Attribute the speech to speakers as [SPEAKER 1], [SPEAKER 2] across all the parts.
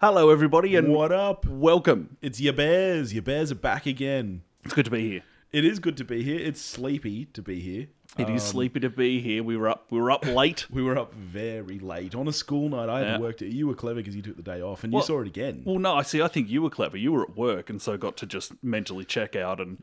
[SPEAKER 1] Hello, everybody, and
[SPEAKER 2] What up?
[SPEAKER 1] welcome.
[SPEAKER 2] It's your bears. Your bears are back again.
[SPEAKER 1] It's good to be here.
[SPEAKER 2] It is good to be here. It's sleepy to be here.
[SPEAKER 1] It is
[SPEAKER 2] Um,
[SPEAKER 1] sleepy to be here. We were up. We were up late.
[SPEAKER 2] We were up very late on a school night. I had
[SPEAKER 1] Yeah.
[SPEAKER 2] worked. You were clever because you took the day off and
[SPEAKER 1] Well-
[SPEAKER 2] you saw it again.
[SPEAKER 1] well, no, I see. I think you were clever. You were at work, and so got to just mentally check out and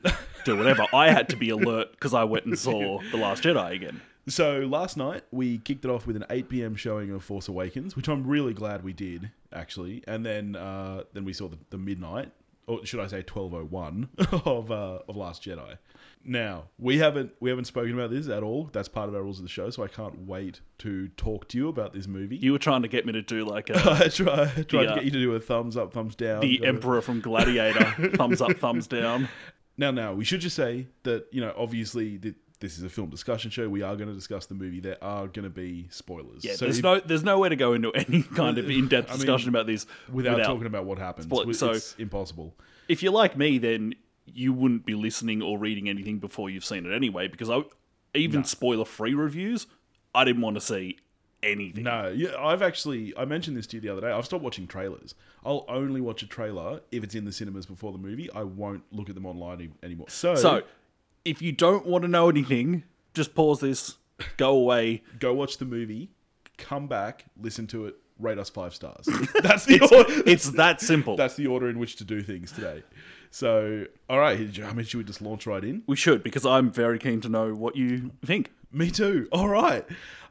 [SPEAKER 1] do whatever. I had to be alert because I went and saw the Last Jedi again.
[SPEAKER 2] So last night we kicked it off with an 8 p.m. showing of Force Awakens, which I'm really glad we did actually. And then uh, then we saw the, the midnight, or should I say 12:01 of uh, of Last Jedi. Now we haven't we haven't spoken about this at all. That's part of our rules of the show, so I can't wait to talk to you about this movie.
[SPEAKER 1] You were trying to get me to do like a
[SPEAKER 2] I try tried to
[SPEAKER 1] uh,
[SPEAKER 2] get you to do a thumbs up, thumbs down.
[SPEAKER 1] the
[SPEAKER 2] Gotta-
[SPEAKER 1] Emperor from Gladiator, thumbs up, thumbs down.
[SPEAKER 2] Now, now, we should just say that, you know, obviously th- this is a film discussion show. We are going to discuss the movie. There are going to be spoilers.
[SPEAKER 1] Yeah,
[SPEAKER 2] So
[SPEAKER 1] there's
[SPEAKER 2] if-
[SPEAKER 1] no there's no way to go into any kind of in depth
[SPEAKER 2] I mean,
[SPEAKER 1] discussion about these
[SPEAKER 2] without, talking about what happens.
[SPEAKER 1] Spoil-
[SPEAKER 2] Wi-
[SPEAKER 1] so-
[SPEAKER 2] it's impossible.
[SPEAKER 1] if you're like me, then you wouldn't be listening or reading anything before you've seen it anyway. Because I, even spoiler-free reviews, I didn't want to see anything.
[SPEAKER 2] No, yeah, I've actually I mentioned this to you the other day. I've stopped watching trailers. I'll only watch a trailer if it's in the cinemas before the movie. I won't look at them online any- anymore. So,
[SPEAKER 1] So, if you don't want to know anything, just pause this, go away.
[SPEAKER 2] go watch the movie, come back, listen to it, rate us five stars. That's the order.
[SPEAKER 1] It's that simple.
[SPEAKER 2] That's the order in which to do things today. So, all right, I mean, should we just launch right in?
[SPEAKER 1] we should because I'm very keen to know what you think.
[SPEAKER 2] Me too. All right.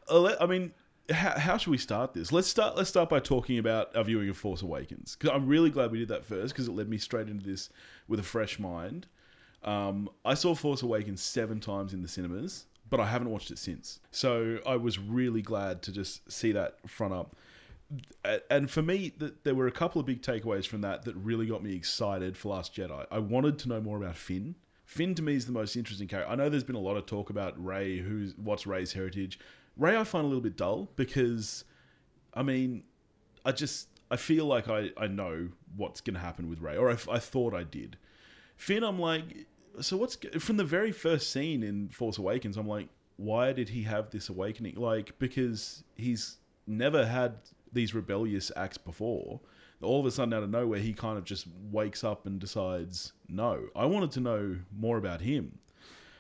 [SPEAKER 2] Uh, let- I mean, how, how should we start this? Let's start. Let's start by talking about our viewing of Force Awakens because I'm really glad we did that first because it led me straight into this with a fresh mind. Um, I saw Force Awakens seven times in the cinemas, but I haven't watched it since. So I was really glad to just see that front up. A- And for me, th- there were a couple of big takeaways from that that really got me excited for Last Jedi. I wanted to know more about Finn. Finn to me is the most interesting character. I know there's been a lot of talk about Ray, who's what's Ray's heritage. Ray, I find a little bit dull because, I mean, I just I feel like I I know what's going to happen with Ray, or I, I thought I did. Finn, I'm like, so what's from the very first scene in Force Awakens? I'm like, why did he have this awakening? Like, because he's never had these rebellious acts before. All of a sudden, out of nowhere, he kind of just wakes up and decides, no, I wanted to know more about him.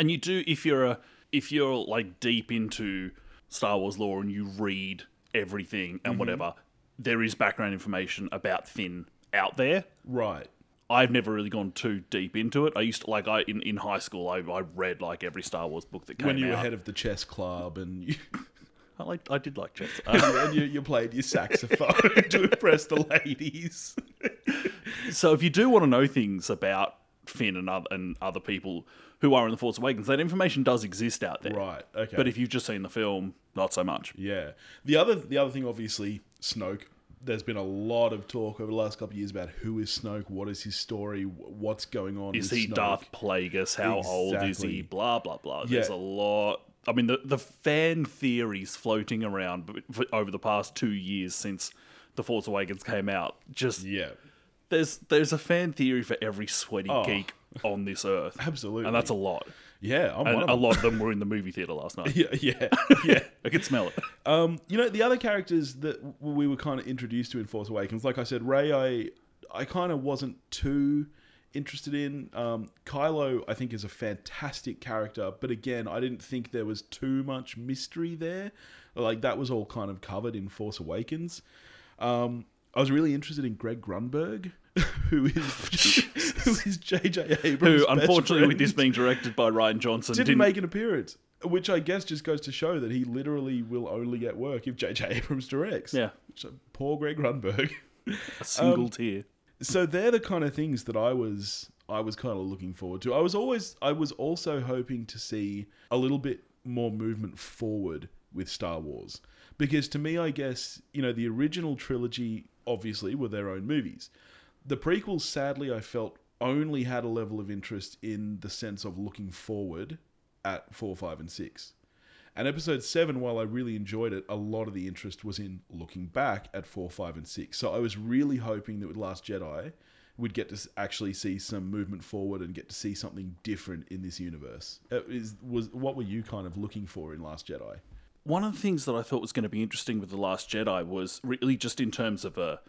[SPEAKER 1] And you do if you're a if you're like deep into Star Wars lore and you read everything
[SPEAKER 2] Mm-hmm.
[SPEAKER 1] and whatever, there is background information about Finn out there.
[SPEAKER 2] Right.
[SPEAKER 1] I've never really gone too deep into it. I used to like I in, in high school I, I read like every Star Wars book that came
[SPEAKER 2] When you were
[SPEAKER 1] out.
[SPEAKER 2] head of the chess club and you,
[SPEAKER 1] I like I did like chess. Um,
[SPEAKER 2] and you, you played your saxophone to impress the ladies.
[SPEAKER 1] so if you do want to know things about Finn and other and other people who are in the Force Awakens, that information does exist out there.
[SPEAKER 2] Right. Okay.
[SPEAKER 1] But if you've just seen the film, not so much.
[SPEAKER 2] Yeah. The other the other thing, obviously, Snoke. There's been a lot of talk over the last couple of years about who is Snoke, what is his story, wh- what's going on.
[SPEAKER 1] Is
[SPEAKER 2] with
[SPEAKER 1] he
[SPEAKER 2] Snoke.
[SPEAKER 1] Darth Plagueis? How old is
[SPEAKER 2] Exactly.
[SPEAKER 1] he? Blah blah blah. There's
[SPEAKER 2] Yeah.
[SPEAKER 1] a lot. I mean, the the fan theories floating around b- f- over the past two years since the Force Awakens came out. Just
[SPEAKER 2] Yeah,
[SPEAKER 1] there's there's a fan theory for every sweaty
[SPEAKER 2] Oh.
[SPEAKER 1] geek on this earth,
[SPEAKER 2] absolutely.
[SPEAKER 1] and that's a lot.
[SPEAKER 2] yeah. I'm one
[SPEAKER 1] And
[SPEAKER 2] of
[SPEAKER 1] a
[SPEAKER 2] them.
[SPEAKER 1] lot of them were in the movie theater last night.
[SPEAKER 2] Yeah, yeah, yeah.
[SPEAKER 1] I could smell it.
[SPEAKER 2] Um, you know, the other characters that w- we were kind of introduced to in Force Awakens, like I said, Ray, I, I kind of wasn't too interested in. Um, Kylo, I think, is a fantastic character, but again, I didn't think there was too much mystery there. Like that was all kind of covered in Force Awakens. Um, I was really interested in Greg Grunberg, who is who is JJ Abrams.
[SPEAKER 1] Who,
[SPEAKER 2] best
[SPEAKER 1] unfortunately, with
[SPEAKER 2] friend
[SPEAKER 1] this being directed by Ryan Johnson,
[SPEAKER 2] didn't,
[SPEAKER 1] didn't,
[SPEAKER 2] make an appearance, which I guess just goes to show that he literally will only get work if J.J. Abrams directs.
[SPEAKER 1] Yeah.
[SPEAKER 2] So, poor Greg Runberg.
[SPEAKER 1] a
[SPEAKER 2] um,
[SPEAKER 1] single tear.
[SPEAKER 2] so they're the kind of things that I was I was kind of looking forward to. I was always I was also hoping to see a little bit more movement forward with Star Wars because to me I guess, you know, the original trilogy obviously were their own movies. The prequels sadly I felt only had a level of interest in the sense of looking forward at 4, 5 and 6. And episode 7, while I really enjoyed it, a lot of the interest was in looking back at 4, 5, and 6. So I was really hoping that with Last Jedi, we'd get to s- actually see some movement forward and get to see something different in this universe. Uh, Is, was, what were you kind of looking for in Last Jedi?
[SPEAKER 1] one of the things that I thought was going to be interesting with The Last Jedi was really just in terms of a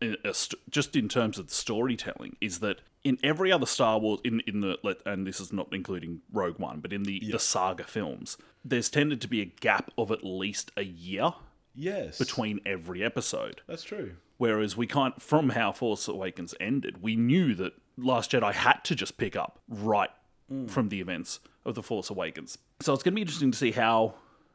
[SPEAKER 1] in a st- just in terms of the storytelling is that in every other Star Wars in in the let- and this is not including Rogue One, but in the the saga films, there's tended to be a gap of at least a year
[SPEAKER 2] Yes.
[SPEAKER 1] between every episode.
[SPEAKER 2] That's true.
[SPEAKER 1] Whereas we can't, from how Force Awakens ended, we knew that Last Jedi had to just pick up right
[SPEAKER 2] Mm.
[SPEAKER 1] from the events of the Force Awakens. So it's going to be interesting to see how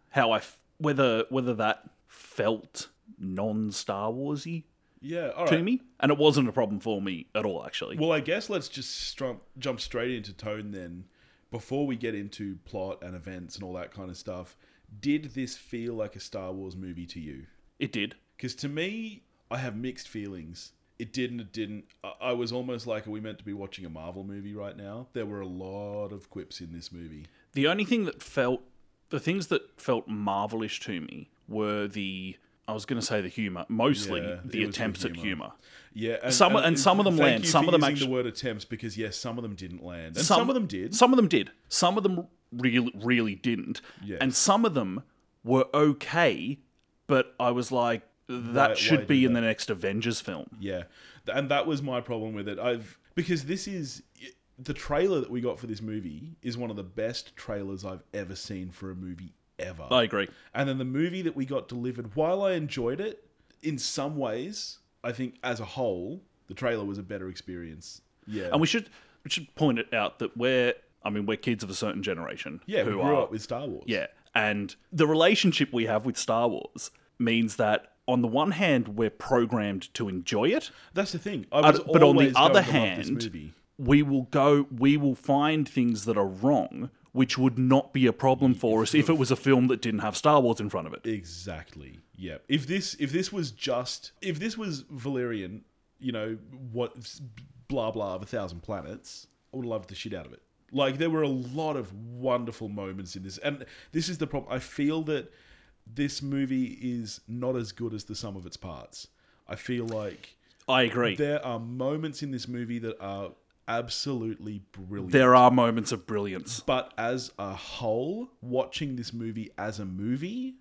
[SPEAKER 1] how I f- whether whether that felt non Star Warsy
[SPEAKER 2] Yeah. All right.
[SPEAKER 1] to me, and it wasn't a problem for me at all actually.
[SPEAKER 2] Well, I guess let's just strump, jump straight into tone then. Before we get into plot and events and all that kind of stuff, did this feel like a Star Wars movie to you?
[SPEAKER 1] It did.
[SPEAKER 2] Because to me, I have mixed feelings. It did and it didn't. I- I was almost like, are we meant to be watching a Marvel movie right now? There were a lot of quips in this movie.
[SPEAKER 1] The only thing that felt the things that felt marvelish to me were the I was going to say the humor, mostly
[SPEAKER 2] Yeah, it
[SPEAKER 1] the
[SPEAKER 2] was the
[SPEAKER 1] attempts at
[SPEAKER 2] humour.
[SPEAKER 1] humor.
[SPEAKER 2] Yeah,
[SPEAKER 1] Some- and some of them
[SPEAKER 2] thank
[SPEAKER 1] land,
[SPEAKER 2] you
[SPEAKER 1] some
[SPEAKER 2] for
[SPEAKER 1] of them
[SPEAKER 2] using
[SPEAKER 1] actu-
[SPEAKER 2] the word attempts because yes, some of them didn't land, and some, of them did.
[SPEAKER 1] Some of them did. Some of them really, really didn't.
[SPEAKER 2] Yes.
[SPEAKER 1] And some of them were okay, but I was like, that
[SPEAKER 2] why
[SPEAKER 1] should
[SPEAKER 2] do
[SPEAKER 1] be in the next Avengers film.
[SPEAKER 2] Yeah, Th- and that was my problem with it. I've because this is the trailer that we got for this movie is one of the best trailers I've ever seen for a movie ever.
[SPEAKER 1] I agree.
[SPEAKER 2] and then the movie that we got delivered, while I enjoyed it in some ways, I think as a whole the trailer was a better experience. Yeah,
[SPEAKER 1] And we should we should point it out that we're I mean we're kids of a certain generation.
[SPEAKER 2] yeah, we
[SPEAKER 1] who
[SPEAKER 2] grew
[SPEAKER 1] are
[SPEAKER 2] up with Star Wars.
[SPEAKER 1] yeah, and the relationship we have with Star Wars means that on the one hand we're programmed to enjoy it,
[SPEAKER 2] that's the thing. I was
[SPEAKER 1] but on the
[SPEAKER 2] always going
[SPEAKER 1] other
[SPEAKER 2] to love this
[SPEAKER 1] hand,
[SPEAKER 2] movie.
[SPEAKER 1] we will go, we will find things that are wrong, which would not be a problem for us if it was a film that didn't have Star Wars in front of it.
[SPEAKER 2] Exactly. Yeah. If this if this was just if this was Valerian, you know what, blah blah of a thousand planets, I would love the shit out of it. Like there were a lot of wonderful moments in this, and this is the problem. I feel that this movie is not as good as the sum of its parts. I feel like
[SPEAKER 1] I agree. There,
[SPEAKER 2] there are moments in this movie that are absolutely brilliant.
[SPEAKER 1] are moments of brilliance.
[SPEAKER 2] But as a whole, watching this movie as a movie,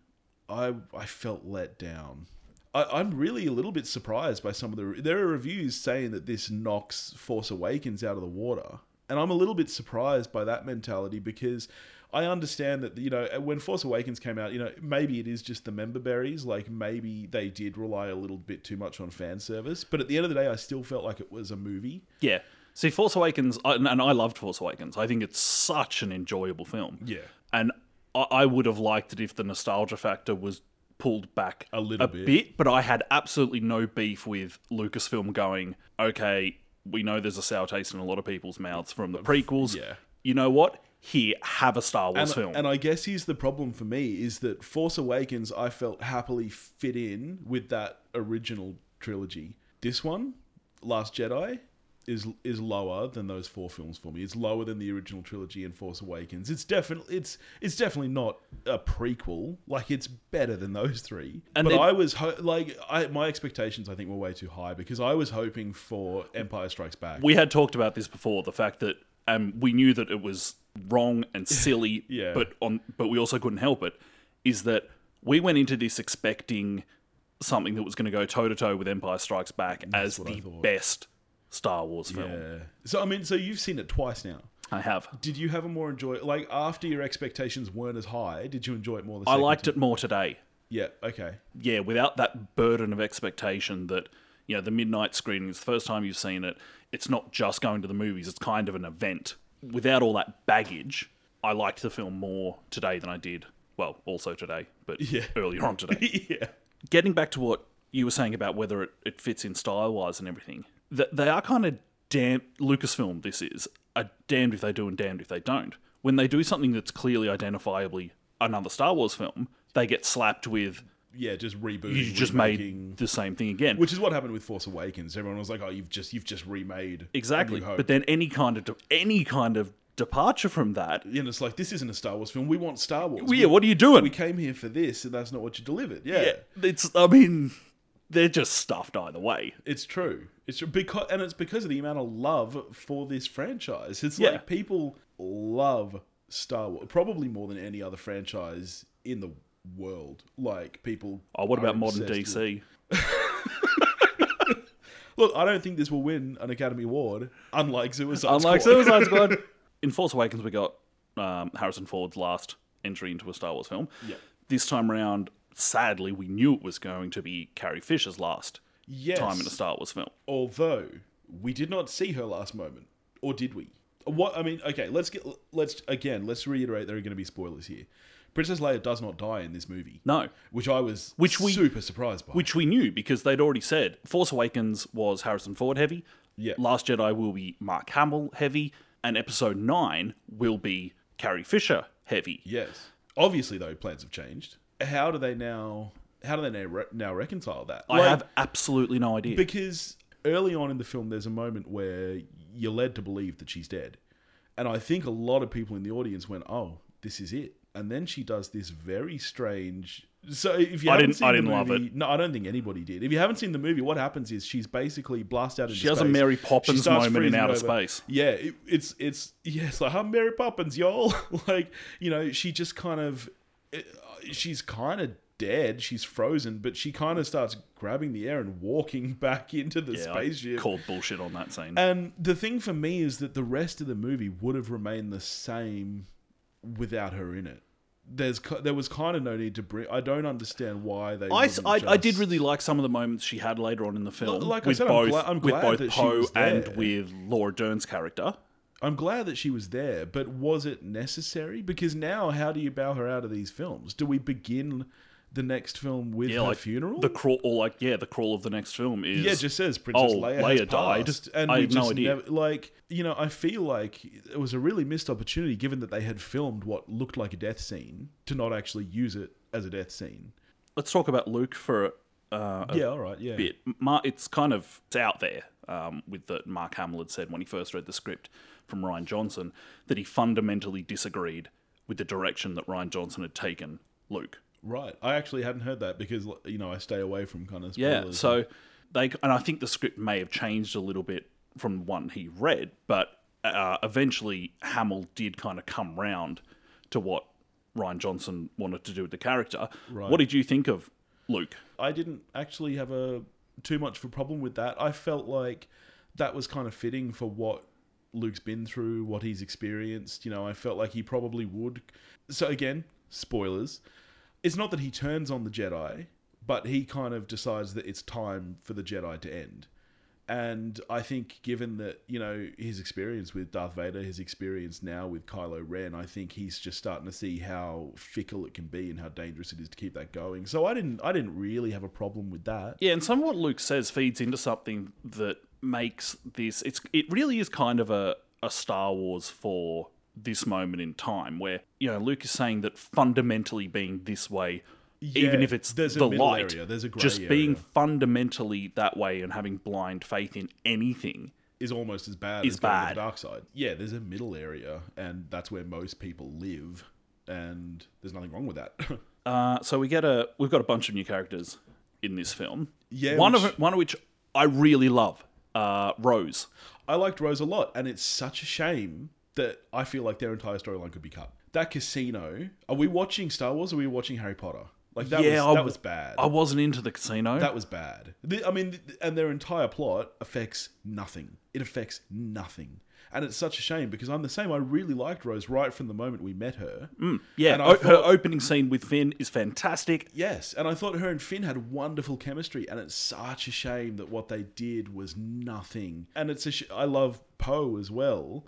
[SPEAKER 2] I I felt let down. I, I'm really a little bit surprised by some of the. There are reviews saying that this knocks Force Awakens out of the water, and I'm a little bit surprised by that mentality because I understand that you know uh, when Force Awakens came out, you know maybe it is just the member berries, like maybe they did rely a little bit too much on fan service. But at the end of the day, I still felt like it was a movie.
[SPEAKER 1] Yeah. See, Force Awakens, I- and and I loved Force Awakens. I think it's such an enjoyable film.
[SPEAKER 2] Yeah.
[SPEAKER 1] And I, I would have liked it if the nostalgia factor was pulled back a
[SPEAKER 2] little
[SPEAKER 1] bit.
[SPEAKER 2] bit.
[SPEAKER 1] But I had absolutely no beef with Lucasfilm going, okay, we know there's a sour taste in a lot of people's mouths from the prequels.
[SPEAKER 2] yeah.
[SPEAKER 1] You know what? Here, have a Star Wars
[SPEAKER 2] and,
[SPEAKER 1] film.
[SPEAKER 2] and I guess here's the problem for me is that Force Awakens I felt happily fit in with that original trilogy. This one, Last Jedi, is is lower than those four films for me. It's lower than the original trilogy and Force Awakens. It's definitely it's it's definitely not a prequel. Like it's better than those three.
[SPEAKER 1] And
[SPEAKER 2] but
[SPEAKER 1] then-
[SPEAKER 2] I was ho- like I my expectations I think were way too high because I was hoping for Empire Strikes Back.
[SPEAKER 1] we had talked about this before the fact that um, we knew that it was wrong and silly
[SPEAKER 2] Yeah.
[SPEAKER 1] but on but we also couldn't help it is that we went into this expecting something that was going to go toe to toe with Empire Strikes Back as
[SPEAKER 2] what I
[SPEAKER 1] the
[SPEAKER 2] thought.
[SPEAKER 1] best Star Wars film
[SPEAKER 2] yeah. So I mean so you've seen it twice now.
[SPEAKER 1] I have
[SPEAKER 2] Did you have a more enjoy like after your expectations weren't as high? Did you enjoy it more? The
[SPEAKER 1] I
[SPEAKER 2] second
[SPEAKER 1] liked
[SPEAKER 2] time?
[SPEAKER 1] it more today
[SPEAKER 2] Yeah. Okay.
[SPEAKER 1] yeah, without that burden of expectation that you know the midnight screening is the first time you've seen it. It's not just going to the movies; it's kind of an event. Without all that baggage, I liked the film more today than I did. Well, also today, but
[SPEAKER 2] Yeah.
[SPEAKER 1] earlier on today
[SPEAKER 2] yeah.
[SPEAKER 1] getting back to what you were saying about whether it, it fits in style wise and everything, th- they are kind of damn Lucasfilm. This is are damned if they do and damned if they don't. When they do something that's clearly identifiably another Star Wars film, they get slapped with
[SPEAKER 2] Yeah. Just rebooting.
[SPEAKER 1] you just
[SPEAKER 2] remaking,
[SPEAKER 1] made the same thing again.
[SPEAKER 2] Which is what happened with Force Awakens. Everyone was like, "Oh, you've just you've just remade."
[SPEAKER 1] exactly. But then any kind of de- any kind of departure from that,
[SPEAKER 2] you know, it's like this isn't a Star Wars film. We want Star Wars.
[SPEAKER 1] yeah, what are you doing?
[SPEAKER 2] We came here for this, and that's not what you delivered. Yeah.
[SPEAKER 1] yeah, it's. I mean, they're just stuffed either way.
[SPEAKER 2] It's true. It's true. because and it's because of the amount of love for this franchise. It's
[SPEAKER 1] Yeah.
[SPEAKER 2] like people love Star Wars probably more than any other franchise in the world. Like people.
[SPEAKER 1] Oh, what
[SPEAKER 2] are
[SPEAKER 1] about modern
[SPEAKER 2] obsessed with-
[SPEAKER 1] DC?
[SPEAKER 2] Look, I don't think this will win an Academy Award, unlike Suicide
[SPEAKER 1] Unlike
[SPEAKER 2] Squad.
[SPEAKER 1] Suicide Squad. In Force Awakens, we got um, Harrison Ford's last entry into a Star Wars film.
[SPEAKER 2] Yeah.
[SPEAKER 1] This time round, sadly, we knew it was going to be Carrie Fisher's last
[SPEAKER 2] Yes.
[SPEAKER 1] time in a Star Wars film.
[SPEAKER 2] although we did not see her last moment or did we what i mean okay let's get let's again let's reiterate there are going to be spoilers here princess leia does not die in this movie
[SPEAKER 1] No.
[SPEAKER 2] which i was
[SPEAKER 1] Which we-
[SPEAKER 2] super surprised by
[SPEAKER 1] Which we knew because they'd already said Force Awakens was Harrison Ford heavy.
[SPEAKER 2] Yeah.
[SPEAKER 1] Last Jedi will be Mark Hamill heavy. And episode 9 will be Carrie Fisher heavy.
[SPEAKER 2] yes obviously though plans have changed how do they now how do they now, re- now reconcile that
[SPEAKER 1] I
[SPEAKER 2] Like,
[SPEAKER 1] have absolutely no idea.
[SPEAKER 2] because early on in the film there's a moment where you're led to believe that she's dead and i think a lot of people in the audience went oh this is it and then she does this very strange so if you
[SPEAKER 1] I
[SPEAKER 2] haven't
[SPEAKER 1] didn't-
[SPEAKER 2] seen
[SPEAKER 1] I
[SPEAKER 2] the
[SPEAKER 1] didn't love
[SPEAKER 2] movie, no i don't think anybody did if you haven't seen the movie what happens is she's basically blasted out into
[SPEAKER 1] She has a
[SPEAKER 2] space.
[SPEAKER 1] Mary
[SPEAKER 2] She
[SPEAKER 1] Poppins
[SPEAKER 2] starts
[SPEAKER 1] moment in
[SPEAKER 2] freezing
[SPEAKER 1] outer
[SPEAKER 2] over.
[SPEAKER 1] space.
[SPEAKER 2] yeah it, it's it's yes like i'm mary poppins y'all like you know she just kind of uh, she's kind of dead. She's frozen, but she kind of starts grabbing the air and walking back into the
[SPEAKER 1] Yeah, I
[SPEAKER 2] spaceship.
[SPEAKER 1] called bullshit on that scene.
[SPEAKER 2] And the thing for me is that the rest of the movie would have remained the same without her in it. There's ki- there was kind of no need to bring. I don't understand why they.
[SPEAKER 1] I,
[SPEAKER 2] wouldn't
[SPEAKER 1] I, I did
[SPEAKER 2] just-
[SPEAKER 1] really like some of the moments she had later on in the film,
[SPEAKER 2] L- like I
[SPEAKER 1] with,
[SPEAKER 2] said, I'm
[SPEAKER 1] both,
[SPEAKER 2] gla- I'm glad
[SPEAKER 1] with
[SPEAKER 2] that
[SPEAKER 1] both
[SPEAKER 2] she
[SPEAKER 1] Poe
[SPEAKER 2] was there.
[SPEAKER 1] and with Laura Dern's character.
[SPEAKER 2] I'm glad that she was there, but was it necessary? Because now, how do you bow her out of these films? Do we begin the next film with
[SPEAKER 1] Yeah,
[SPEAKER 2] her
[SPEAKER 1] like
[SPEAKER 2] funeral?
[SPEAKER 1] The crawl, or like yeah, the crawl of the next film is
[SPEAKER 2] Yeah, it just says Princess
[SPEAKER 1] oh,
[SPEAKER 2] Leia,
[SPEAKER 1] Leia
[SPEAKER 2] has
[SPEAKER 1] died.
[SPEAKER 2] passed, and
[SPEAKER 1] I
[SPEAKER 2] we
[SPEAKER 1] have no
[SPEAKER 2] just
[SPEAKER 1] idea.
[SPEAKER 2] Never, like you know, I feel like it was a really missed opportunity, given that they had filmed what looked like a death scene, to not actually use it as a death scene.
[SPEAKER 1] Let's talk about Luke for uh, a
[SPEAKER 2] yeah, all right, yeah,
[SPEAKER 1] bit. Mar- it's kind of it's out there um, with that Mark Hamill had said when he first read the script from Ryan Johnson that he fundamentally disagreed with the direction that Ryan Johnson had taken Luke.
[SPEAKER 2] right. I actually hadn't heard that because you know I stay away from kind of
[SPEAKER 1] Yeah,
[SPEAKER 2] spoilers.
[SPEAKER 1] so they and I think the script may have changed a little bit from one he read, but uh, eventually Hamill did kind of come round to what Ryan Johnson wanted to do with the character.
[SPEAKER 2] Right.
[SPEAKER 1] What did you think of Luke?
[SPEAKER 2] I didn't actually have a too much of a problem with that. I felt like that was kind of fitting for what Luke's been through, what he's experienced. You know, I felt like he probably would. So again, spoilers. It's not that he turns on the Jedi, but he kind of decides that it's time for the Jedi to end. And I think, given that you know his experience with Darth Vader, his experience now with Kylo Ren, I think he's just starting to see how fickle it can be and how dangerous it is to keep that going. So I didn't, I didn't really have a problem with that.
[SPEAKER 1] Yeah, and some of what Luke says feeds into something that makes this it's it really is kind of a, a Star Wars for this moment in time where, you know, Luke is saying that fundamentally being this way, even
[SPEAKER 2] Yeah,
[SPEAKER 1] if it's
[SPEAKER 2] there's a
[SPEAKER 1] the
[SPEAKER 2] middle
[SPEAKER 1] light,
[SPEAKER 2] area, there's a grey
[SPEAKER 1] just being
[SPEAKER 2] area.
[SPEAKER 1] fundamentally that way and having blind faith in anything.
[SPEAKER 2] Is almost as bad
[SPEAKER 1] Is
[SPEAKER 2] as going to
[SPEAKER 1] bad.
[SPEAKER 2] the dark side. Yeah, there's a middle area, and that's where most people live, and there's nothing wrong with that.
[SPEAKER 1] Uh, so we get a we've got a bunch of new characters in this film.
[SPEAKER 2] Yeah,
[SPEAKER 1] one
[SPEAKER 2] which-
[SPEAKER 1] of one of which I really love, uh, Rose.
[SPEAKER 2] I liked Rose a lot, and it's such a shame that I feel like their entire storyline could be cut. That casino. Are we watching Star Wars? Or are we watching Harry Potter? Like that
[SPEAKER 1] Yeah, I
[SPEAKER 2] was that
[SPEAKER 1] w-
[SPEAKER 2] was bad.
[SPEAKER 1] I wasn't into the casino.
[SPEAKER 2] that was bad. The- I mean, th- and their entire plot affects nothing. It affects nothing, and it's such a shame because I'm the same. I really liked Rose right from the moment we met her.
[SPEAKER 1] Mm, yeah, Oh,
[SPEAKER 2] and I
[SPEAKER 1] o- her
[SPEAKER 2] thought-
[SPEAKER 1] opening scene with Finn is fantastic.
[SPEAKER 2] Yes, and I thought her and Finn had wonderful chemistry, and it's such a shame that what they did was nothing. And it's a sh- I love Poe as well.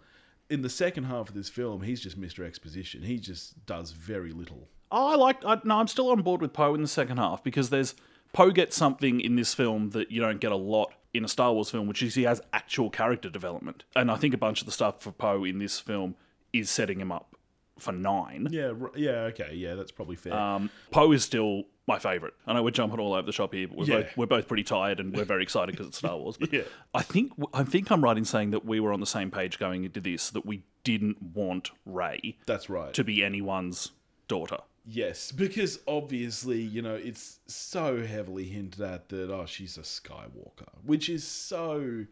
[SPEAKER 2] In the second half of this film, he's just Mr. Exposition. He just does very little.
[SPEAKER 1] Oh, I liked. I, no, I'm still on board with Poe in the second half because there's Poe gets something in this film that you don't get a lot in a Star Wars film, which is he has actual character development. And I think a bunch of the stuff for Poe in this film is setting him up for nine.
[SPEAKER 2] Yeah, r- yeah, okay, yeah, that's probably fair.
[SPEAKER 1] Um, Poe is still my favorite. I know we're jumping all over the shop here, but we're,
[SPEAKER 2] Yeah.
[SPEAKER 1] both, we're both pretty tired and we're very excited because it's Star Wars. But
[SPEAKER 2] Yeah.
[SPEAKER 1] I think I think I'm right in saying that we were on the same page going into this that we didn't want Ray
[SPEAKER 2] that's right.
[SPEAKER 1] to be anyone's daughter.
[SPEAKER 2] yes, because obviously, you know, it's so heavily hinted at that oh, she's a Skywalker, which is so.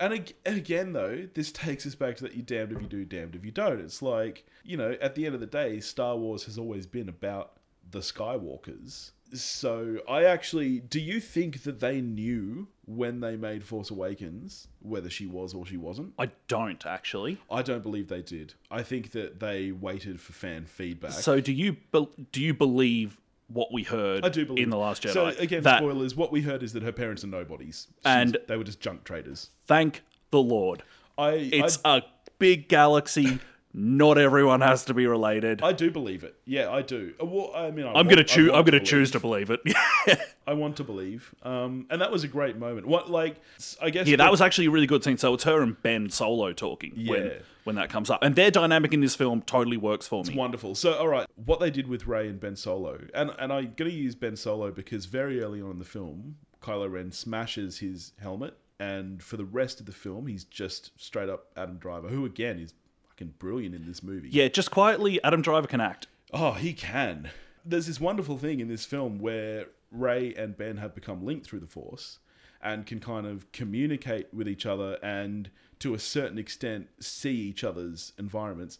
[SPEAKER 2] And ag- again, though, this takes us back to that you're damned if you do, damned if you don't. It's like, you know, at the end of the day, Star Wars has always been about the Skywalkers. So I actually, do you think that they knew when they made Force Awakens, whether she was or she wasn't.
[SPEAKER 1] I don't actually.
[SPEAKER 2] I don't believe they did. I think that they waited for fan feedback.
[SPEAKER 1] So do you be- do you believe what we heard
[SPEAKER 2] I do believe
[SPEAKER 1] in the Last Jedi?
[SPEAKER 2] So again,
[SPEAKER 1] that
[SPEAKER 2] spoilers. What we heard is that her parents are nobodies, She's-
[SPEAKER 1] And-
[SPEAKER 2] they were just junk traders.
[SPEAKER 1] thank the Lord.
[SPEAKER 2] I
[SPEAKER 1] It's a big galaxy. Not everyone has to be related.
[SPEAKER 2] I, I do believe it. Yeah, I do. Uh, Well, I mean, I
[SPEAKER 1] I'm
[SPEAKER 2] want-
[SPEAKER 1] gonna
[SPEAKER 2] I
[SPEAKER 1] choose.
[SPEAKER 2] want
[SPEAKER 1] I'm gonna
[SPEAKER 2] believe.
[SPEAKER 1] choose to believe it.
[SPEAKER 2] I want to believe. Um, and that was a great moment. What like I guess
[SPEAKER 1] Yeah, that was actually a really good scene. So it's her and Ben Solo talking when
[SPEAKER 2] Yeah.
[SPEAKER 1] when that comes up, and their dynamic in this film totally works for me.
[SPEAKER 2] Wonderful. So, all right, what they did with Ray and Ben Solo, and and I'm going to use Ben Solo because very early on in the film, Kylo Ren smashes his helmet, and for the rest of the film, he's just straight up Adam Driver, who again is fucking brilliant in this movie.
[SPEAKER 1] Yeah, just quietly, Adam Driver can act.
[SPEAKER 2] Oh, he can. There's this wonderful thing in this film where Ray and Ben have become linked through the Force and can kind of communicate with each other and to a certain extent see each other's environments.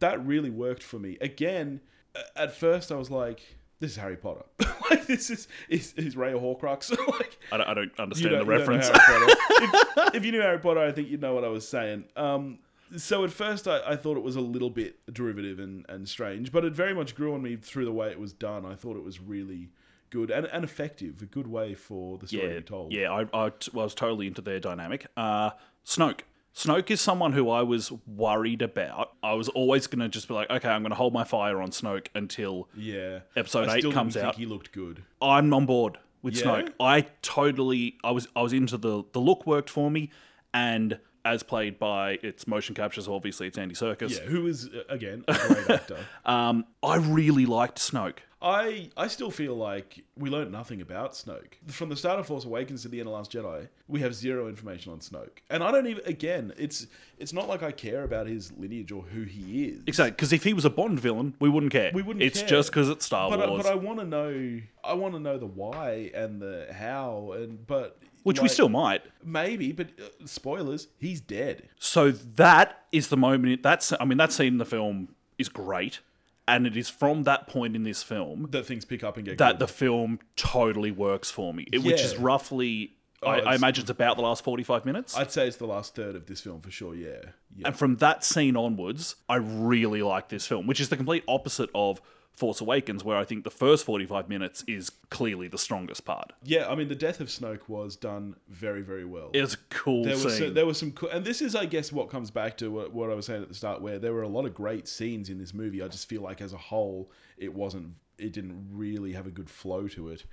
[SPEAKER 2] That really worked for me. Again, a- at first I was like, this is Harry Potter. like this is is, is Ray a Horcrux? like
[SPEAKER 1] I don't, I don't
[SPEAKER 2] you
[SPEAKER 1] understand the
[SPEAKER 2] don't- you don't know
[SPEAKER 1] reference.
[SPEAKER 2] Harry Potter. if, if you knew Harry Potter, I think you'd know what I was saying. Um, so at first, I, I thought it was a little bit derivative and, and strange, but it very much grew on me through the way it was done. I thought it was really good and, and effective, a good way for the story to
[SPEAKER 1] yeah,
[SPEAKER 2] be told.
[SPEAKER 1] yeah, I, I t- was totally into their dynamic. Uh, Snoke. Snoke is someone who I was worried about. I was always going to just be like, okay, I'm going to hold my fire on Snoke until
[SPEAKER 2] Yeah.
[SPEAKER 1] Episode
[SPEAKER 2] I
[SPEAKER 1] eight
[SPEAKER 2] still
[SPEAKER 1] comes
[SPEAKER 2] didn't
[SPEAKER 1] out.
[SPEAKER 2] think he looked good.
[SPEAKER 1] I'm on board with
[SPEAKER 2] Yeah?
[SPEAKER 1] Snoke. I totally, I was, I was into the the look worked for me, and as played by its motion captures, obviously it's Andy Serkis.
[SPEAKER 2] Yeah, who is, uh, again, a great actor.
[SPEAKER 1] Um, I really liked Snoke.
[SPEAKER 2] I I still feel like we learned nothing about Snoke from the start of Force Awakens to the end of Last Jedi. We have zero information on Snoke, and I don't even. Again, it's it's not like I care about his lineage or who he is.
[SPEAKER 1] Exactly, because if he was a Bond villain, we wouldn't care.
[SPEAKER 2] We wouldn't
[SPEAKER 1] It's
[SPEAKER 2] care.
[SPEAKER 1] just because it's Star
[SPEAKER 2] But I,
[SPEAKER 1] Wars,
[SPEAKER 2] but I want to know. I want to know the why and the how, and but
[SPEAKER 1] which we
[SPEAKER 2] like,
[SPEAKER 1] still might.
[SPEAKER 2] maybe. But uh, spoilers, he's dead.
[SPEAKER 1] So that is the moment. That's I mean that scene in the film is great, and it is from that point in this film
[SPEAKER 2] That things pick up and get
[SPEAKER 1] that
[SPEAKER 2] good.
[SPEAKER 1] the film totally works for me, it- which is
[SPEAKER 2] Yeah. Oh,
[SPEAKER 1] roughly. I, I
[SPEAKER 2] it's-
[SPEAKER 1] imagine it's about the last 45 minutes.
[SPEAKER 2] I'd say it's the last third of this film for sure. Yeah, yeah.
[SPEAKER 1] And from that scene onwards, I really like this film, which is the complete opposite of Force Awakens, where I think the first 45 minutes is clearly the strongest part.
[SPEAKER 2] yeah. I mean, the death of Snoke was done very, very well.
[SPEAKER 1] It was a cool
[SPEAKER 2] there was
[SPEAKER 1] scene.
[SPEAKER 2] so, there was some cool, and this is I guess what comes back to what, what I was saying at the start where there were a lot of great scenes in this movie I just feel like as a whole it wasn't it didn't really have a good flow to it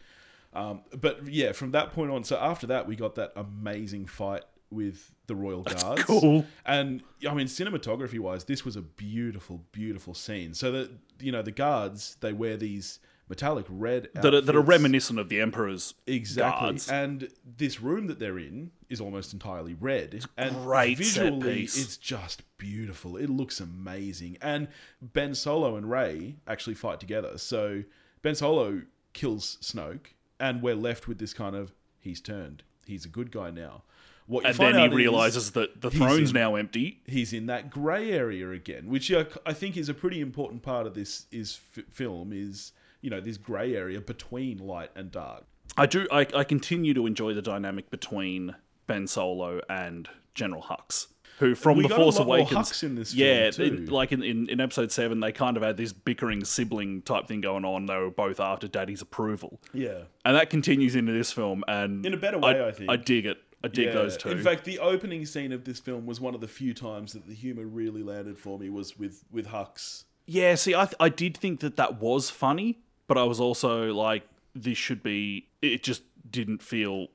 [SPEAKER 2] um, but yeah from that point on so after that we got that amazing fight with the royal guards
[SPEAKER 1] cool.
[SPEAKER 2] and I mean cinematography wise this was a beautiful beautiful scene so that you know the guards they wear these metallic red
[SPEAKER 1] that, are, that are
[SPEAKER 2] outfits.
[SPEAKER 1] reminiscent of the Emperor's
[SPEAKER 2] Exactly.
[SPEAKER 1] guards.
[SPEAKER 2] And this room that they're in is almost entirely red. and
[SPEAKER 1] great set
[SPEAKER 2] visually,
[SPEAKER 1] piece.
[SPEAKER 2] it's just beautiful. It looks amazing. And Ben Solo and Ray actually fight together. So Ben Solo kills Snoke, and we're left with this kind of he's turned. He's a good guy now. What you
[SPEAKER 1] And
[SPEAKER 2] find
[SPEAKER 1] then he
[SPEAKER 2] out is-
[SPEAKER 1] realizes that the
[SPEAKER 2] he's
[SPEAKER 1] throne's
[SPEAKER 2] in-
[SPEAKER 1] now empty.
[SPEAKER 2] he's in that grey area again, which I, I think is a pretty important part of this is f- film is you know this grey area between light and dark.
[SPEAKER 1] I do. I, I continue to enjoy the dynamic between Ben Solo and General Hux, who from
[SPEAKER 2] We
[SPEAKER 1] the
[SPEAKER 2] got a
[SPEAKER 1] Force
[SPEAKER 2] lot more
[SPEAKER 1] Awakens,
[SPEAKER 2] Hux in this film,
[SPEAKER 1] yeah,
[SPEAKER 2] too.
[SPEAKER 1] in- like in, in in episode seven, they kind of had this bickering sibling type thing going on. They were both after Daddy's approval,
[SPEAKER 2] Yeah.
[SPEAKER 1] and that continues into this film. And
[SPEAKER 2] In a better way, I think.
[SPEAKER 1] I dig it. I dig
[SPEAKER 2] Yeah.
[SPEAKER 1] those two.
[SPEAKER 2] In fact, the opening scene of this film was one of the few times that the humor really landed for me was with with Hux.
[SPEAKER 1] yeah, see, I th- I did think that that was funny, but I was also like, this should be. It just didn't feel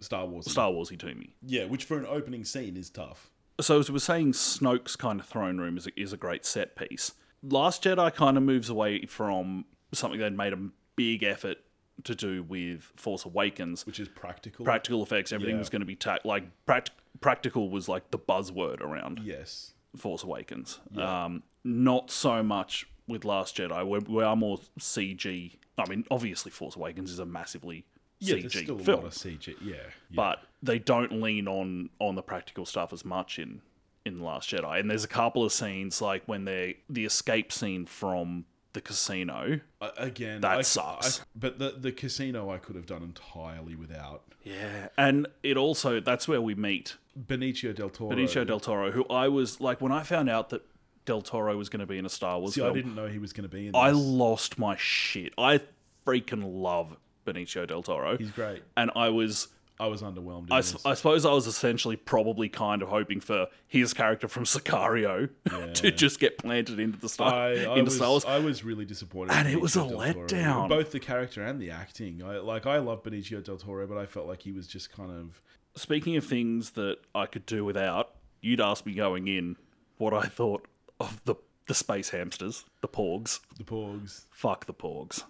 [SPEAKER 2] Star Wars.
[SPEAKER 1] Star Warsy to me.
[SPEAKER 2] yeah, which for an opening scene is tough.
[SPEAKER 1] so as we were saying, Snoke's kind of throne room is a, is a great set piece. Last Jedi kind of moves away from something they'd made a big effort to do with Force Awakens.
[SPEAKER 2] Which is practical.
[SPEAKER 1] Practical effects, everything
[SPEAKER 2] Yeah.
[SPEAKER 1] was going to be ta- like pract- practical was like the buzzword around
[SPEAKER 2] yes.
[SPEAKER 1] Force Awakens. Um, not so much with Last Jedi. We're, we are more CG. I mean, obviously, Force Awakens is a massively
[SPEAKER 2] Yeah,
[SPEAKER 1] CG
[SPEAKER 2] there's still a
[SPEAKER 1] film,
[SPEAKER 2] lot of CG. Yeah. yeah.
[SPEAKER 1] but they don't lean on on the practical stuff as much in in the last jedi and there's a couple of scenes like when they the escape scene from the casino.
[SPEAKER 2] A- Again,
[SPEAKER 1] That
[SPEAKER 2] I-
[SPEAKER 1] sucks.
[SPEAKER 2] I- but the the casino I could have done entirely without
[SPEAKER 1] Yeah, and it also that's where we meet
[SPEAKER 2] Benicio del Toro.
[SPEAKER 1] Benicio del Toro, who I was like when I found out that del Toro was going to be in a Star Wars
[SPEAKER 2] See, I
[SPEAKER 1] film.
[SPEAKER 2] didn't know he was going to be in. This.
[SPEAKER 1] I lost my shit. I freaking love Benicio del Toro.
[SPEAKER 2] He's great.
[SPEAKER 1] And I was,
[SPEAKER 2] I was underwhelmed. In
[SPEAKER 1] I,
[SPEAKER 2] this.
[SPEAKER 1] s- I suppose I was essentially probably kind of hoping for his character from Sicario to just get planted into the Star,
[SPEAKER 2] I, I
[SPEAKER 1] into
[SPEAKER 2] was,
[SPEAKER 1] Star Wars.
[SPEAKER 2] I was really disappointed,
[SPEAKER 1] And
[SPEAKER 2] with
[SPEAKER 1] it was
[SPEAKER 2] Benicio
[SPEAKER 1] a
[SPEAKER 2] del Toro.
[SPEAKER 1] letdown.
[SPEAKER 2] Both the character and the acting. I like. I love Benicio del Toro, but I felt like he was just kind of.
[SPEAKER 1] Speaking of things that I could do without, you'd asked me going in what I thought of the, the space hamsters, the porgs.
[SPEAKER 2] The Porgs.
[SPEAKER 1] Fuck the porgs.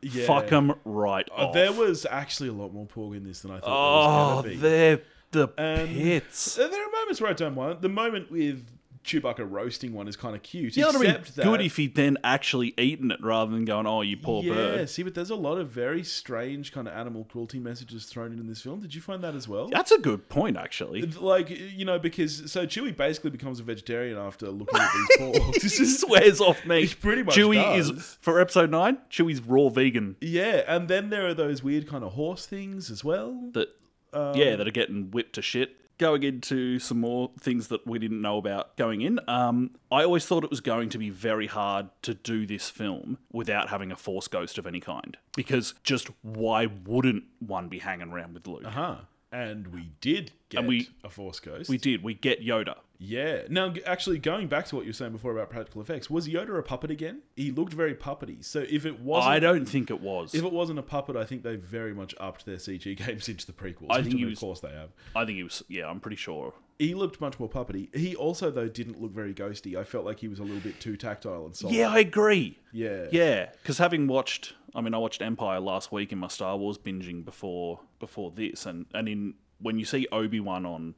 [SPEAKER 2] Yeah. Oh,
[SPEAKER 1] Fuck 'em Fuck them right off.
[SPEAKER 2] There was actually a lot more Porg in this than I
[SPEAKER 1] oh,
[SPEAKER 2] thought there was going to be. Um,
[SPEAKER 1] they're the
[SPEAKER 2] And-
[SPEAKER 1] pits.
[SPEAKER 2] There- There are moments where I don't mind. The moment with Chewbacca roasting one is kind of cute.
[SPEAKER 1] Yeah, it would have
[SPEAKER 2] except
[SPEAKER 1] been
[SPEAKER 2] that,
[SPEAKER 1] good if he'd then actually eaten it rather than going, oh, you poor
[SPEAKER 2] yeah,
[SPEAKER 1] bird.
[SPEAKER 2] see, but there's a lot of very strange kind of animal cruelty messages thrown in this film. Did you find that as well?
[SPEAKER 1] That's a good point, actually.
[SPEAKER 2] Like, you know, because so Chewie basically becomes a vegetarian after looking at these porgs. It's
[SPEAKER 1] He
[SPEAKER 2] just-
[SPEAKER 1] swears off me.
[SPEAKER 2] He pretty much
[SPEAKER 1] Chewie
[SPEAKER 2] does.
[SPEAKER 1] is, for episode 9, Chewie's raw vegan.
[SPEAKER 2] yeah, and then there are those weird kind of horse things as well.
[SPEAKER 1] That,
[SPEAKER 2] Um,
[SPEAKER 1] yeah, that are getting whipped to shit. Going into some more things that we didn't know about going in, um, I always thought it was going to be very hard to do this film without having a force ghost of any kind. Because just why wouldn't one be hanging around with Luke?
[SPEAKER 2] Huh. Uh-huh. And we did get
[SPEAKER 1] we-
[SPEAKER 2] a force ghost.
[SPEAKER 1] We did. We get Yoda.
[SPEAKER 2] Yeah. Now, g- actually, going back to what you were saying before about practical effects, was Yoda a puppet again? He looked very puppety. So if it wasn't,
[SPEAKER 1] I don't think it was.
[SPEAKER 2] if it wasn't a puppet, I think they very much upped their CG games into the prequels.
[SPEAKER 1] I
[SPEAKER 2] which
[SPEAKER 1] think he
[SPEAKER 2] of
[SPEAKER 1] was-
[SPEAKER 2] course they have.
[SPEAKER 1] I think he was. Yeah, I'm pretty sure.
[SPEAKER 2] He looked much more puppety. He also though didn't look very ghosty. I felt like he was a little bit too tactile and soft.
[SPEAKER 1] Yeah, I agree.
[SPEAKER 2] Yeah.
[SPEAKER 1] Yeah, because having watched, I mean, I watched Empire last week in my Star Wars binging before before this, and and in when you see Obi Wan on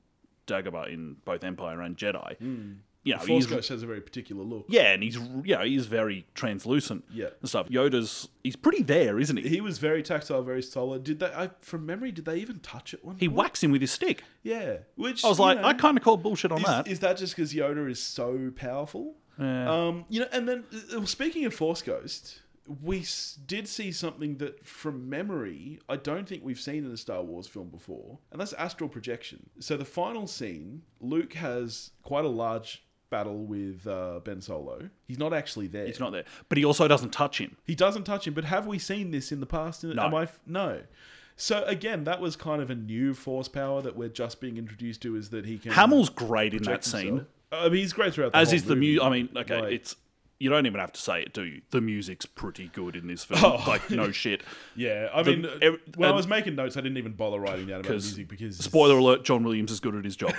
[SPEAKER 1] Dagobah in both Empire and Jedi, you know,
[SPEAKER 2] Hmm. Force
[SPEAKER 1] he's,
[SPEAKER 2] Ghost has a very particular look.
[SPEAKER 1] yeah, and he's you know he's very translucent,
[SPEAKER 2] Yeah.
[SPEAKER 1] and stuff. Yoda's he's pretty there, isn't he? He,
[SPEAKER 2] He was very tactile, very solid. Did they? I, from memory, did they even touch it one?
[SPEAKER 1] he whacks him with his stick.
[SPEAKER 2] yeah. Which
[SPEAKER 1] I was
[SPEAKER 2] you
[SPEAKER 1] like,
[SPEAKER 2] know-
[SPEAKER 1] I kind of called bullshit on
[SPEAKER 2] Is
[SPEAKER 1] that.
[SPEAKER 2] is that just because Yoda is so powerful? Um, you know, and then uh, speaking of Force Ghost, we s- did see something that, from memory, I don't think we've seen in a Star Wars film before, and that's astral projection. So the final scene, Luke has quite a large battle with uh, Ben Solo. He's not actually there.
[SPEAKER 1] He's not there, but he also doesn't touch him.
[SPEAKER 2] He doesn't touch him, but have we seen this in the past? No. Am I f- no. So again, that was kind of a new force power that we're just being introduced to. Is that he can
[SPEAKER 1] Hamill's great in that
[SPEAKER 2] himself. Uh,
[SPEAKER 1] scene.
[SPEAKER 2] I mean, he's great throughout. The
[SPEAKER 1] As
[SPEAKER 2] whole
[SPEAKER 1] is the
[SPEAKER 2] movie.
[SPEAKER 1] music. I mean, okay,
[SPEAKER 2] Like-
[SPEAKER 1] it's you don't even have to say it, do you? The music's pretty good in this film.
[SPEAKER 2] Oh.
[SPEAKER 1] Like no shit.
[SPEAKER 2] Yeah, I mean, uh,
[SPEAKER 1] ev-
[SPEAKER 2] when
[SPEAKER 1] e-,
[SPEAKER 2] I
[SPEAKER 1] and-
[SPEAKER 2] was making notes, I didn't even bother writing down about the
[SPEAKER 1] 'Cause-
[SPEAKER 2] music because
[SPEAKER 1] Spoiler alert: John Williams is good at his job.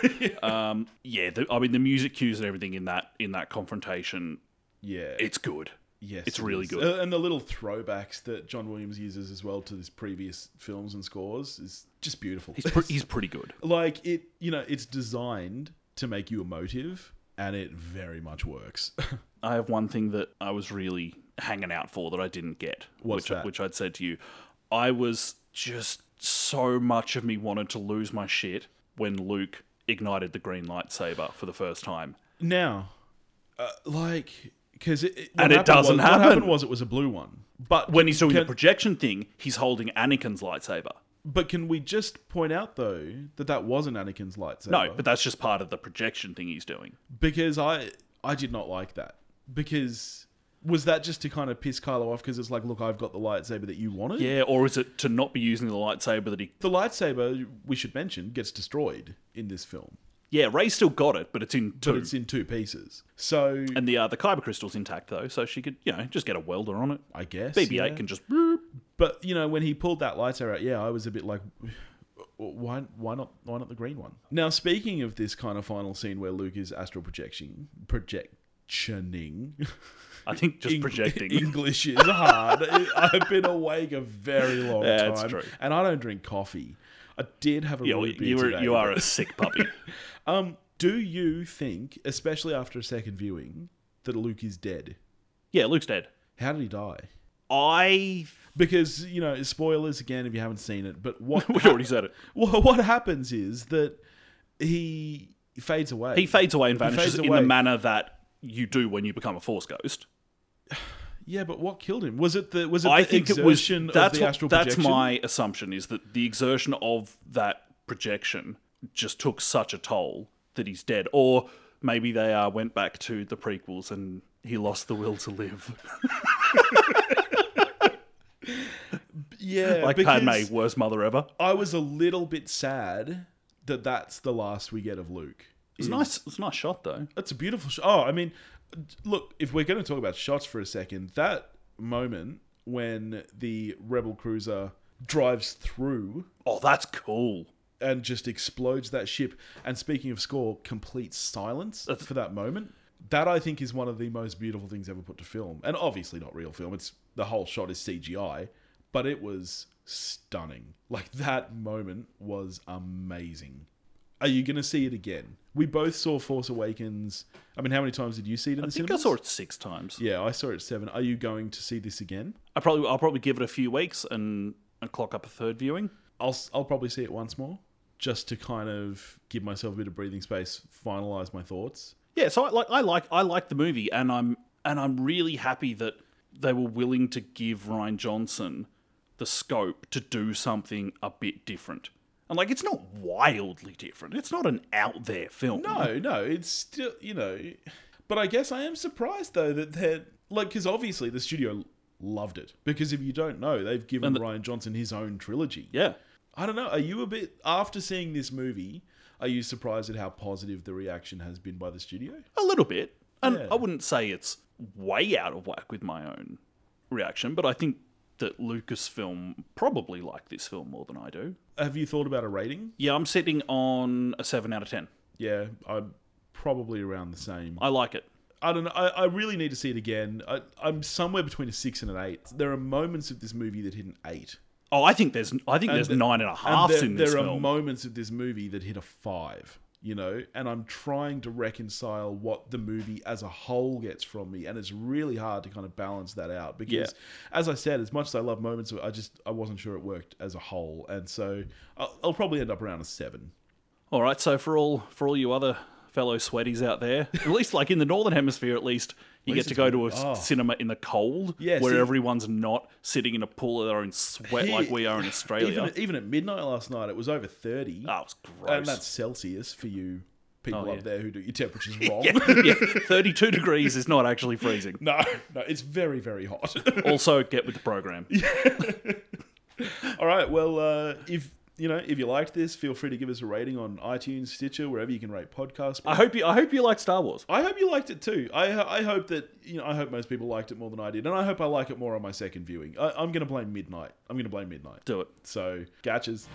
[SPEAKER 1] Um, yeah, the, I mean the music cues and everything in that in that confrontation,
[SPEAKER 2] Yeah,
[SPEAKER 1] it's good.
[SPEAKER 2] yes,
[SPEAKER 1] it's
[SPEAKER 2] it
[SPEAKER 1] really
[SPEAKER 2] is.
[SPEAKER 1] good.
[SPEAKER 2] Uh, and the little throwbacks that John Williams uses as well to his previous films and scores is just beautiful.
[SPEAKER 1] He's, pre- he's pretty good.
[SPEAKER 2] like it, you know, it's designed to make you emotive, and it very much works.
[SPEAKER 1] I have one thing that I was really hanging out for that I didn't get, which
[SPEAKER 2] What's that?
[SPEAKER 1] which I'd said to you, I was just so much of me wanted to lose my shit when Luke ignited the green lightsaber for the first time.
[SPEAKER 2] now, uh, like, because it, it, what
[SPEAKER 1] And it
[SPEAKER 2] happened
[SPEAKER 1] doesn't
[SPEAKER 2] was,
[SPEAKER 1] happen.
[SPEAKER 2] What happened was it was a blue one, but
[SPEAKER 1] when he's doing
[SPEAKER 2] can,
[SPEAKER 1] the projection thing, he's holding Anakin's lightsaber.
[SPEAKER 2] but can we just point out though that that wasn't Anakin's lightsaber?
[SPEAKER 1] No, but that's just part of the projection thing he's doing.
[SPEAKER 2] because I I did not like that because was that just to kind of piss Kylo off because it's like look I've got the lightsaber that you wanted
[SPEAKER 1] Yeah, or is it to not be using the lightsaber that he?
[SPEAKER 2] the lightsaber we should mention gets destroyed in this film
[SPEAKER 1] Yeah, Ray's still got it, but it's in two,
[SPEAKER 2] but it's in two pieces so
[SPEAKER 1] and the uh, the kyber crystal's intact though, so she could you know just get a welder on it.
[SPEAKER 2] I guess
[SPEAKER 1] BB-8
[SPEAKER 2] yeah.
[SPEAKER 1] can just boop.
[SPEAKER 2] but you know when he pulled that lightsaber out yeah I was a bit like why why not why not the green one now speaking of this kind of final scene where Luke is astral projection projectioning
[SPEAKER 1] I think just
[SPEAKER 2] Eng-
[SPEAKER 1] projecting.
[SPEAKER 2] English is hard. I've been awake a very long
[SPEAKER 1] Yeah,
[SPEAKER 2] time.
[SPEAKER 1] it's true.
[SPEAKER 2] And I don't drink coffee. I did have a
[SPEAKER 1] yeah, well,
[SPEAKER 2] root beer
[SPEAKER 1] you, were,
[SPEAKER 2] today,
[SPEAKER 1] you
[SPEAKER 2] but-
[SPEAKER 1] are a sick puppy.
[SPEAKER 2] Um, do you think, especially after a second viewing, that Luke is dead?
[SPEAKER 1] yeah, Luke's dead.
[SPEAKER 2] How did he die?
[SPEAKER 1] I
[SPEAKER 2] Because you know, spoilers again if you haven't seen it. But what
[SPEAKER 1] we already said it.
[SPEAKER 2] wha- what happens is that he fades away.
[SPEAKER 1] He fades away and vanishes
[SPEAKER 2] fades
[SPEAKER 1] in
[SPEAKER 2] away.
[SPEAKER 1] the manner that you do when you become a force ghost.
[SPEAKER 2] Yeah, but what killed him? Was it the was it
[SPEAKER 1] I
[SPEAKER 2] the
[SPEAKER 1] think it was
[SPEAKER 2] exertion
[SPEAKER 1] that's
[SPEAKER 2] of the
[SPEAKER 1] what-
[SPEAKER 2] astral
[SPEAKER 1] that's
[SPEAKER 2] projection?
[SPEAKER 1] my assumption is that the exertion of that projection just took such a toll that he's dead, or maybe they uh, went back to the prequels and he lost the will to live,
[SPEAKER 2] yeah,
[SPEAKER 1] like
[SPEAKER 2] because
[SPEAKER 1] Padme, worst mother ever.
[SPEAKER 2] I was a little bit sad that that's the last we get of Luke.
[SPEAKER 1] It's nice. It's a nice shot though.
[SPEAKER 2] That's a beautiful shot. Oh, I mean, look, if we're going to talk about shots for a second, that moment when the Rebel cruiser drives through
[SPEAKER 1] Oh, that's cool.
[SPEAKER 2] and just explodes that ship, and speaking of score, complete silence
[SPEAKER 1] That's-
[SPEAKER 2] for that moment. That I think is one of the most beautiful things ever put to film, and obviously not real film. It's the whole shot is CGI, but it was stunning. Like that moment was amazing. Are you going to see it again? We both saw Force Awakens. I mean, how many times did you see it in
[SPEAKER 1] I
[SPEAKER 2] the
[SPEAKER 1] think
[SPEAKER 2] cinema?
[SPEAKER 1] I saw it six times.
[SPEAKER 2] Yeah, I saw it seven. Are you going to see this again?
[SPEAKER 1] I probably I'll probably give it a few weeks and, and clock up a third viewing.
[SPEAKER 2] I'll I'll probably see it once more, just to kind of give myself a bit of breathing space, finalize my thoughts.
[SPEAKER 1] Yeah, so I like I like I like the movie, and I'm and I'm really happy that they were willing to give Ryan Johnson the scope to do something a bit different. And like, it's not wildly different. It's not an out there film.
[SPEAKER 2] No, no, it's still you know, but I guess I am surprised though that they're like because obviously the studio loved it because if you don't know, they've given Ryan Johnson his own trilogy.
[SPEAKER 1] Yeah.
[SPEAKER 2] I don't know. Are you a bit after seeing this movie? Are you surprised at how positive the reaction has been by the studio?
[SPEAKER 1] A little bit. And
[SPEAKER 2] Yeah.
[SPEAKER 1] I wouldn't say it's way out of whack with my own reaction, but I think that Lucasfilm probably liked this film more than I do.
[SPEAKER 2] Have you thought about a rating?
[SPEAKER 1] Yeah, I'm sitting on a 7 out of 10.
[SPEAKER 2] Yeah, I'm probably around the same.
[SPEAKER 1] I like it.
[SPEAKER 2] I don't know. I, I really need to see it again. I, I'm somewhere between a six and an eight. There are moments of this movie that hit an eight.
[SPEAKER 1] Oh, I think there's I think there's
[SPEAKER 2] the-
[SPEAKER 1] nine and a
[SPEAKER 2] And
[SPEAKER 1] halfs
[SPEAKER 2] there,
[SPEAKER 1] in this
[SPEAKER 2] there
[SPEAKER 1] film.
[SPEAKER 2] are moments of this movie that hit a five, you know, and I'm trying to reconcile what the movie as a whole gets from me, and it's really hard to kind of balance that out because, as I said, as much as I love moments, of it, I just I wasn't sure it worked as a whole, and so I'll, I'll probably end up around a seven.
[SPEAKER 1] All right, so for all for all you other fellow sweaties out there, at least like in the northern hemisphere, at least you
[SPEAKER 2] least
[SPEAKER 1] get to
[SPEAKER 2] it's
[SPEAKER 1] go
[SPEAKER 2] warm.
[SPEAKER 1] to a s-
[SPEAKER 2] Oh.
[SPEAKER 1] cinema in the cold,
[SPEAKER 2] Yeah,
[SPEAKER 1] where
[SPEAKER 2] see-
[SPEAKER 1] everyone's not sitting in a pool of their own sweat like we are in
[SPEAKER 2] Even
[SPEAKER 1] Australia.
[SPEAKER 2] at, even at midnight last night, it was over thirty,
[SPEAKER 1] oh, it's
[SPEAKER 2] and
[SPEAKER 1] gross.
[SPEAKER 2] that's Celsius for you people
[SPEAKER 1] Oh, yeah.
[SPEAKER 2] up there who do your temperatures wrong.
[SPEAKER 1] yeah, yeah, thirty-two degrees is not actually freezing.
[SPEAKER 2] No, no, it's very very hot.
[SPEAKER 1] Also, get with the program.
[SPEAKER 2] All right. Well, uh, if you know if you liked this, feel free to give us a rating on iTunes, Stitcher, wherever you can rate podcasts.
[SPEAKER 1] I hope you I hope you like Star Wars.
[SPEAKER 2] I hope you liked it too. I I hope that you know I hope most people liked it more than I did, and I hope I like it more on my second viewing. I, I'm gonna blame Midnight. I'm gonna blame Midnight.
[SPEAKER 1] Do it.
[SPEAKER 2] So, gotchas.